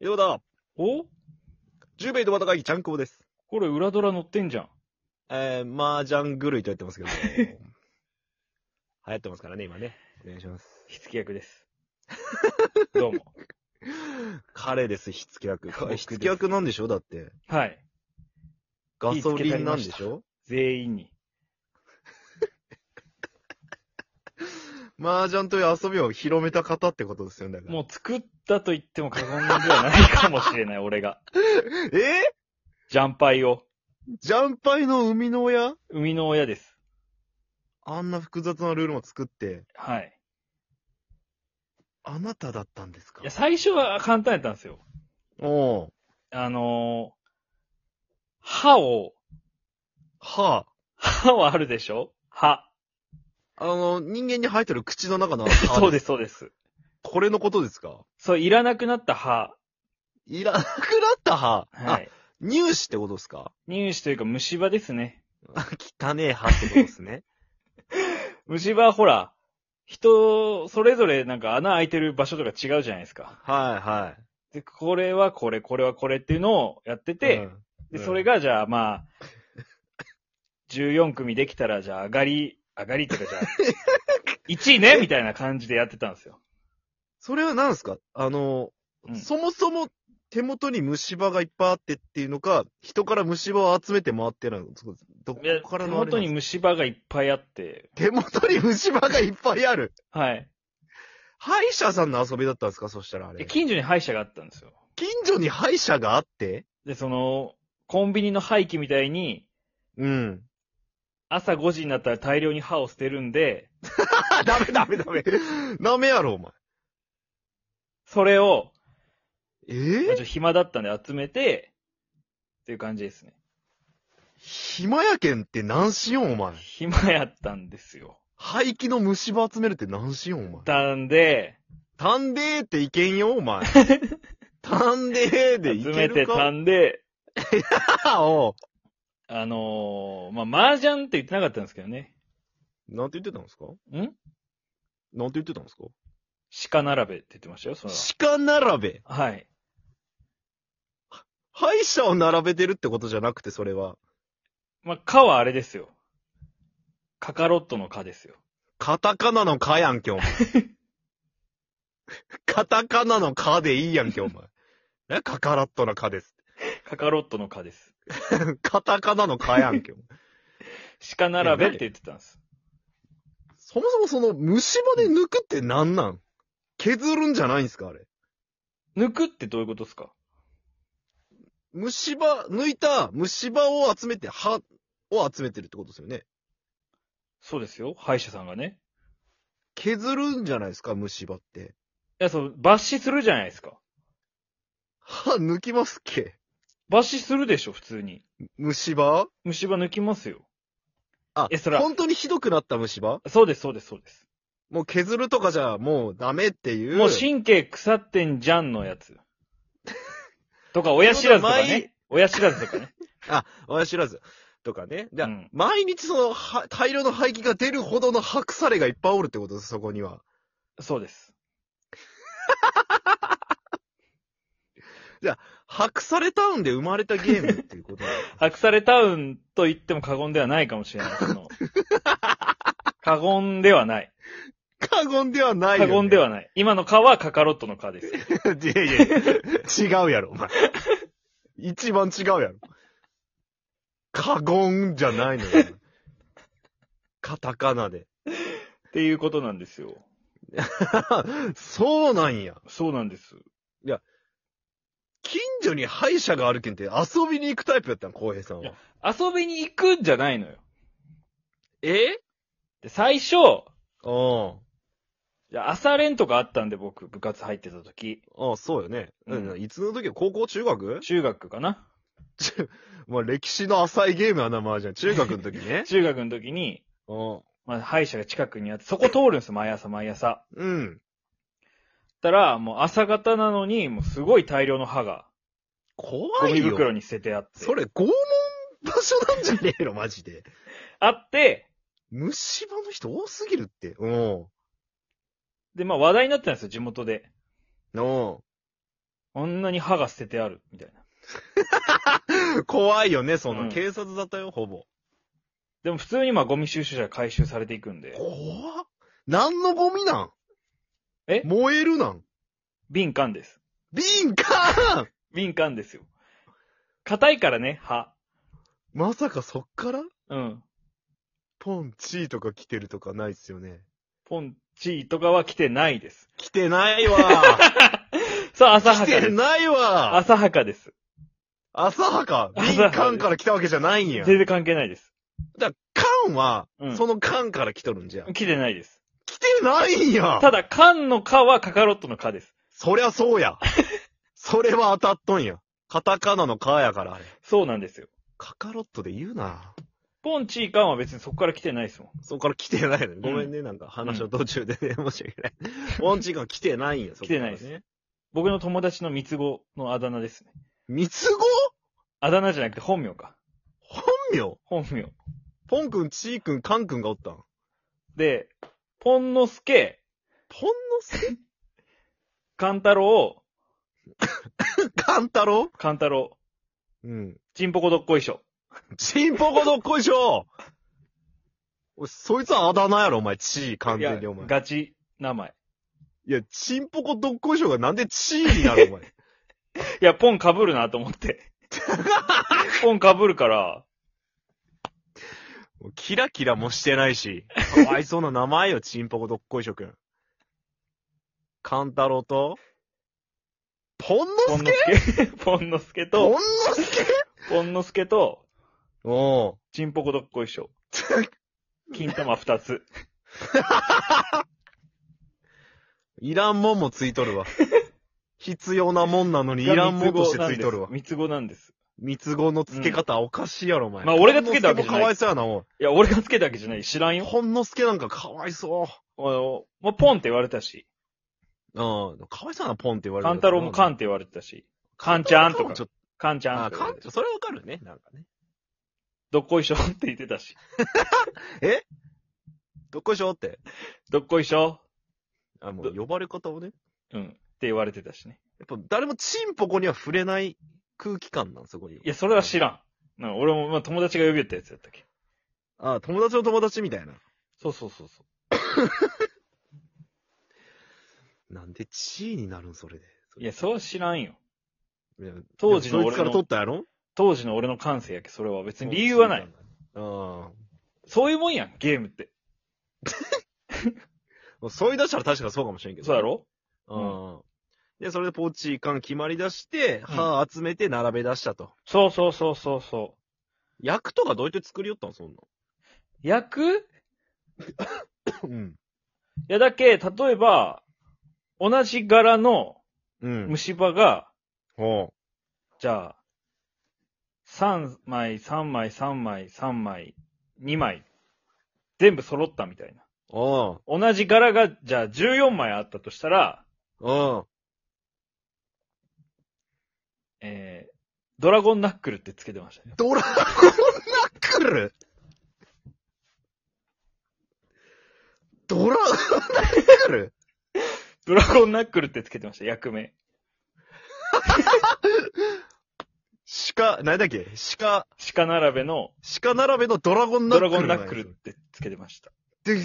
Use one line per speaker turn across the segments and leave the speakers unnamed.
井戸端、
お
10名井戸端会議、ちゃんこです。
これ裏ドラ乗ってんじゃん。
えー、麻雀狂いと言ってます けど。流行ってますからね、今ね。お願いします。
火付け役です。 どうも。
彼です、火付け役。
僕です
火付け役なんでしょだって。
はい。
ガソリンなんでし
火
ょ
全員に。
麻雀という遊びを広めた方ってことですよね。だから
もう作ったと言っても過言ではないかもし れない、俺が。
えー
ジャンパイを。
ジャンパイの生みの親
生みの親です。
あんな複雑なルールも作って、
はい。
あなただったんですか
いや、最初は簡単やったんですよ。
おう
あのー、歯を、
は
歯はあるでしょ歯。
あ。あの、人間に生えてる口の 中の。
そうですす、そうです。
これのことですか
そう、いらなくなった歯。
いらなくなった歯。
は
あ、
い。
乳歯ってことですか
乳歯というか虫歯ですね。
汚ねえ歯ってことですね。
虫歯はほら、人、それぞれなんか穴開いてる場所とか違うじゃないですか。
はいは
で、これはこれ、これはこれっていうのをやって
い。
て、
うん
で、それがじゃあまあ、14組できたらじゃあ上がり、上がりっていう かじゃあ、1位ねみたいな感じでやってたんですよ。
それは何ですかあの、
うん
そもそも手元に虫歯がいっぱいあってっていうのか、人から虫歯を集めて回ってるのそこどこ
いや、
か
手
らのあれ
元
なん
に
ですか
虫歯がいっぱいあって、
手元に虫歯がいっぱいある。
はい。
歯医者さんの遊びだったんですかそしたらあ
で
れ。
近所に歯医者があったんですよ。
近所に歯医者があって
で、その、コンビニの廃棄みたいに、
うん。
朝5時になったら大量に歯を捨てるんで、
あ、ダメダメ ダメ。ダメやろ、お前。
それを、まあ
え
ち
え
ょっと暇だったんで集めて、っていう感じですね。
暇やけんって何しよう、お前。
暇やったんですよ。
廃棄の虫歯集めるって何しよう、お前。
たんで、
たんでーっていけんよ、お 前。たんでーでい
集
け
めて
る
た
か。
んで、
お
あのー、まあ、麻雀って言ってなかったんですけどね。
うなんて言ってたんですか
ん
なんて言ってたんですか
鹿並べって言ってましたよ、その。
鹿並べ。
はい。
歯医者を並べてるってことじゃなくて、それは。
まあ、蚊はあれですよ。カカロットの蚊ですよ。
カタカナのカやんけ、お 前。カタカナのカでいいやんけ、お前。え、カカラットのカです。
カカロットの蚊です。
カタカナのカやんけ、お前。
鹿並べって言ってたんです。
そもそもその虫歯で抜くってなんなん削るんじゃないんですか、あれ。
抜くってどういうことですか
虫歯、抜いた虫歯を集めて、歯を集めてるってことですよね。
そうですよ、歯医者さんがね。
削るんじゃないですか、虫歯って。
いや、そう、抜歯するじゃないですか。
歯抜きますっけ
抜歯するでしょ、普通に。
虫歯
虫歯抜きますよ。
あ、
えそら
本当にひどくなった虫歯
そうです、そうです、そうです。
もう削るとかじゃもうダメっていう。
もう神経腐ってんじゃんのやつ。とか、親知らずとかね。親知らずとかね。
あ、親知らず。とかね。じゃあ
うん
毎日その、は大量の排気が出るほどの白腐れがいっぱいおるってことです、そこには。
そうです。
白腐れタウンで生まれたゲームっていう ことなんです
アクサレタウンと言っても過言ではないかもしれない。そ の過言ではない。
過言ではないよ、
過
ね。
言ではない。今の蚊はカカロットの蚊です。
いやいやいや、違うやろ、お前。一番違うやろ。過言じゃないのよ。お前カタカナで。
っていうことなんですよ。
そうなんや。
そうなんです。
近所に歯医者があるけんって遊びに行くタイプやったん、浩平さん
いや
は。
遊びに行くんじゃないのよ。
え
で、最初、
うん。
いや朝練とかあったんで僕、部活入ってた時、
ああ、そうよね。
うん
うんいつの時高校中学
中学かな。
中まあ歴史の浅いゲームやな、麻雀。中学の時ね
中学の時に、
うん。
まあ、歯医者が近くにあって、そこ通るんですよ、毎朝毎朝。
うん。
ったら、もう朝方なのに、もうすごい大量の歯が、ゴ
怖い
ミ
よ。
袋に捨ててあって。
それ拷問場所なんじゃねえの、マジで。
あって、
虫歯の人多すぎるって。うん。
で、まあ話題になってたんですよ、地元で。
うん。
ああんなに歯が捨ててある、みたいな。
怖いよね、その、
うん
警察だったよ、ほぼ。
でも普通にまあゴミ収集車が回収されていくんで、
怖っ何のゴミなん
え
燃えるなん
敏感です。
敏感
敏感ですよ。硬いからね、歯。
まさかそっから
うん。
ポンチーとか来てるとかないっすよね。
ポンチーとかは来てないです。
来てない わ
そう、浅は
来
か
て
です。
ないわ
浅はかです。
浅はか
浅は
敏
か
感から来たわけじゃないんや。
全然関係ないです。
だから、缶は、
うん
その缶から来とるんじゃん。
来てないです。
来てないんや
ただ、缶の蚊はカカロットの蚊です。
そりゃそうや。それは当たっとんや。カタカナのカやから、あれ。
そうなんですよ。
カカロットで言うな。
ポンチー缶は別にそこから来てないですもん。
そこから来てないのよ。ごめんね、なんか話の途中でね、申し訳ない。ポンチーが来てないんや、そこから、ね。
来てない僕の友達の三つ子のあだ名ですね。
三つ子
あだ名じゃなくて本名か。
本名
本名。
ポンくん、チーくん、カンくんがおったん。
で、ポンのすけ、
ポンのせ
カンタロ
カンタロ
ウ、カンタロ
ウうん。
ウ、チンポコどっこいしょ。
チンポコどっこいしょおいそいつはあだ名やろ、お前。チー、完全にお前。
ガチ名前。
いや、チンポコどっこいしょがなんでチーになる、お前。
いや、ポン被るなと 思って。ポン被るから、
もうキラキラもしてない し、かわいそうな名前よ、チンポコどっこいしょくん。カンタロウと、ポンの
ポン
す
の
け
すけ、 ポンのすけ
ポン
と、
のすけ
ポンのすけと、
おう
チンポコどっこいしょ。金玉二つ。
いらんもんもついとる わ。必要なもんなのにいらんもんとしてついとるわ。
三つ子なんです。
三つ子の付け方おかしいやろ、お前。
まあ俺が付けたわけじゃ
ポンのすけもか
ない
わいそうやな、お
いや、俺がつけたわけじゃない。知らん
い。
よ。
ほんのすけなんかかわいそう。
あの、まあ、ポンって言われたし、
うん。かわいそうやな、ポンって言われる。
カンタロウもカンっ
ン、
て言われてたし、カンちゃんとか
ちょっと、
カンちゃん
あ、
って言わ
カ
れ
ン
て、
それわかるね、なんかね。
どっこいしょって言ってたし、
どっこいしょって。
どっこいしょ
あ、もう呼ばれ方をね。
うん。って言われてたしね。
やっぱ誰もチンポコには触れない空気感なん、そこに。
いや、それは知らん。なんか俺も、まあ、友達が呼び寄ったやつやったっけ。
ああ、友達の友達みたいな。
そうそうそうそう。
なんでチーになるん、それで。
いや、それは知らんよ。
いや、
当時の
そい
俺
つから取
の
っ、たやろ
当時の俺の感性やけ、それは別に理由はない。。
あ
そういうもんやん、ゲームって。
あ。そう言い出したら確かそうかもしれんけど。
そうやろ
うん。で、それでポーチー缶決まり出して、歯集めて並べ出したと。
そうそうそうそうそ
薬とかどうやって作りよったん、そん
う。役
なん。うん。
いやだけ、例えば、同じ柄の
うん。
虫歯が、
ほ
じゃあ、3枚、3枚、3枚、3枚、2枚、全部揃ったみたいな。
う。あ
同じ柄が、じゃあ14枚あったとしたら、
あ。ああ。
えー、ドラゴンナックルってつけてましたね。
ドラゴンナックルドラゴンナックル
ドラゴンナックルってつけてました、役名。
鹿、何だっけ鹿、
鹿並べの
鹿並べのドラゴンナッ
ド
ク
ラ
ル。
ゴンナックルってつけてました。
で。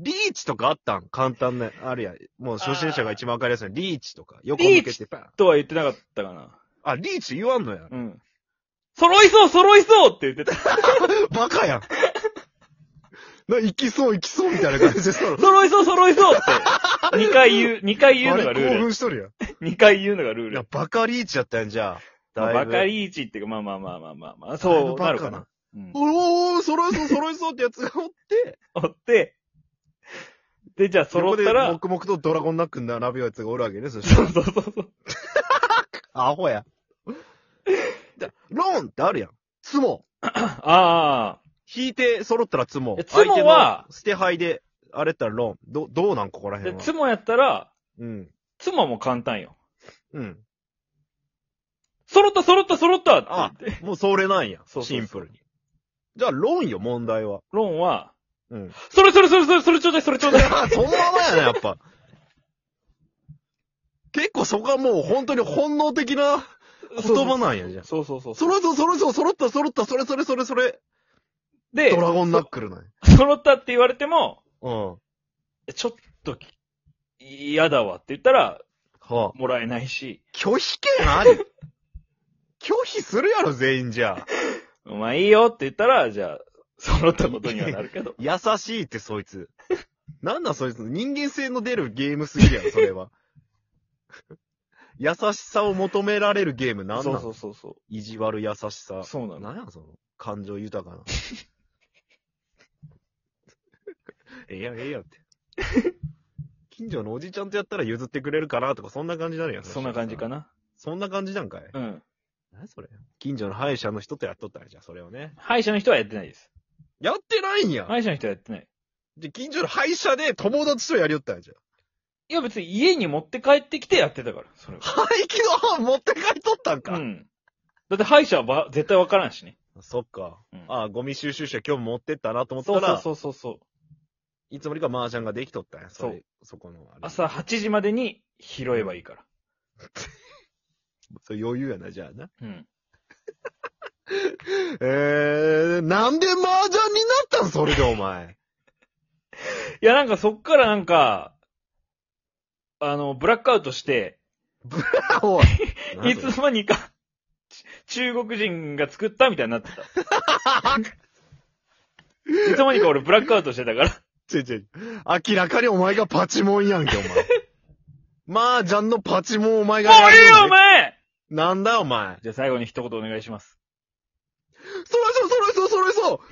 リーチとかあったん簡単な、あるや。もう初心者が一番わかりやすいの。リーチとか。横向けてパン。
とは言ってなかったかな。
あ、リーチ言わんのや。
うん。揃いそう揃いそうって言ってた。
バカ やん。な、行きそう行きそうみたいな感じでしたろ。
揃いそう揃いそうって。2回言う、2回言うのが
あ
ル
れ興
ール。
奮しとる
2回言うのが
や
ルー
ん。い
ル
や。、バカリーチやったやん、じゃあ。
まあ、
だい
バ
ぶ
カリーチっていうか、まあまあまあまあまあまあ、そうなるかな。うん
おーおー、揃いそう、揃いそうってやつがおって、
おって、で、じゃあ 揃ったら、
横で黙々とドラゴンナックに並ぶやつがおるわけね、そした
そ
ら
うそうそうそう。
アホや。だローンってあるやん。ツモ。
ああ、
引いて揃ったらツモ
え。ツモは
相手の捨て牌で、あれやったらローン。ど、どうなんここら
で、
辺は
ツ。モやったら、
うん。
ツモも簡単よ。
うん。
揃った揃った揃ったって言
あ
って。、
もうそれなんや。
そうそうそう
シンプルに。じゃあ、ローンよ、問題は。
ロンは、
うん。
それそれそれそれそれちょうだいそれちょうだい。
あそのままやね、やっぱ。 結構そこはもう本当に本能的な言葉なんやじゃん。
そうそうそう。
それぞそれぞ揃った揃ったそれそれそれそれ、
で、
ドラゴンナックルなんや。
揃ったって言われても、
うん。
ちょっとき、嫌だわって言ったら、
はあ、
もらえないし、
拒否権あり拒否するやろ、全員じゃあ。。
まあいいよって言ったら、じゃあ、揃ったことにはなるけど
優しいって、そいつ。なんだ、そいつ。人間性の出るゲームすぎるやろ、それ は。優しさを求められるゲーム なん
そ
な
うそ
の
うそうそ
意地悪優しさ
う。。そうなの。
なんや、その、感情豊 かな。ええやん、ええやんって。近所のおじちゃんとやったら譲ってくれるかなとか、そんな感じなのや
そんな感じか
な。
な。
そんな感じなんかい。
うん。
何それ。近所の歯医者の人とやっとったんやじゃあ、それをね。
歯医者の人はやってないです。
やってないんや。
歯医者の人はやってない。
で、近所の歯医者で友達とやりよったんやじゃん。
いや別に家に持って帰ってきてやってたから、それは。
廃棄の歯持って帰っとったんか。
うん。だって歯医者はば絶対わからんしね。
そっか。
うん
ああ、ゴミ収集車今日持ってったなと思った
そ
ら、
うそうそうそうそう。
いつもよりか麻雀ができとったんや。そ
そう
れ。そこのあれ。
朝8時までに拾えばいいから。
そう余裕やな、じゃあな。
うん。
えー、なんで麻雀になったんそれでお 前。
いやなんかそっからなんか、あの、ブラックアウトして、
おい。
いつの間にか、ち中国人が作ったみたいになってた。 いつの間にか俺ブラックアウトしてたから。
ちょちょ、明らかにお前がパチモンやんけ、お 前。麻雀のパチモンお前が
もういい
やる
よ
の
お
ね
前
なんだよお前。
じゃあ最後に一言お願いします。
そら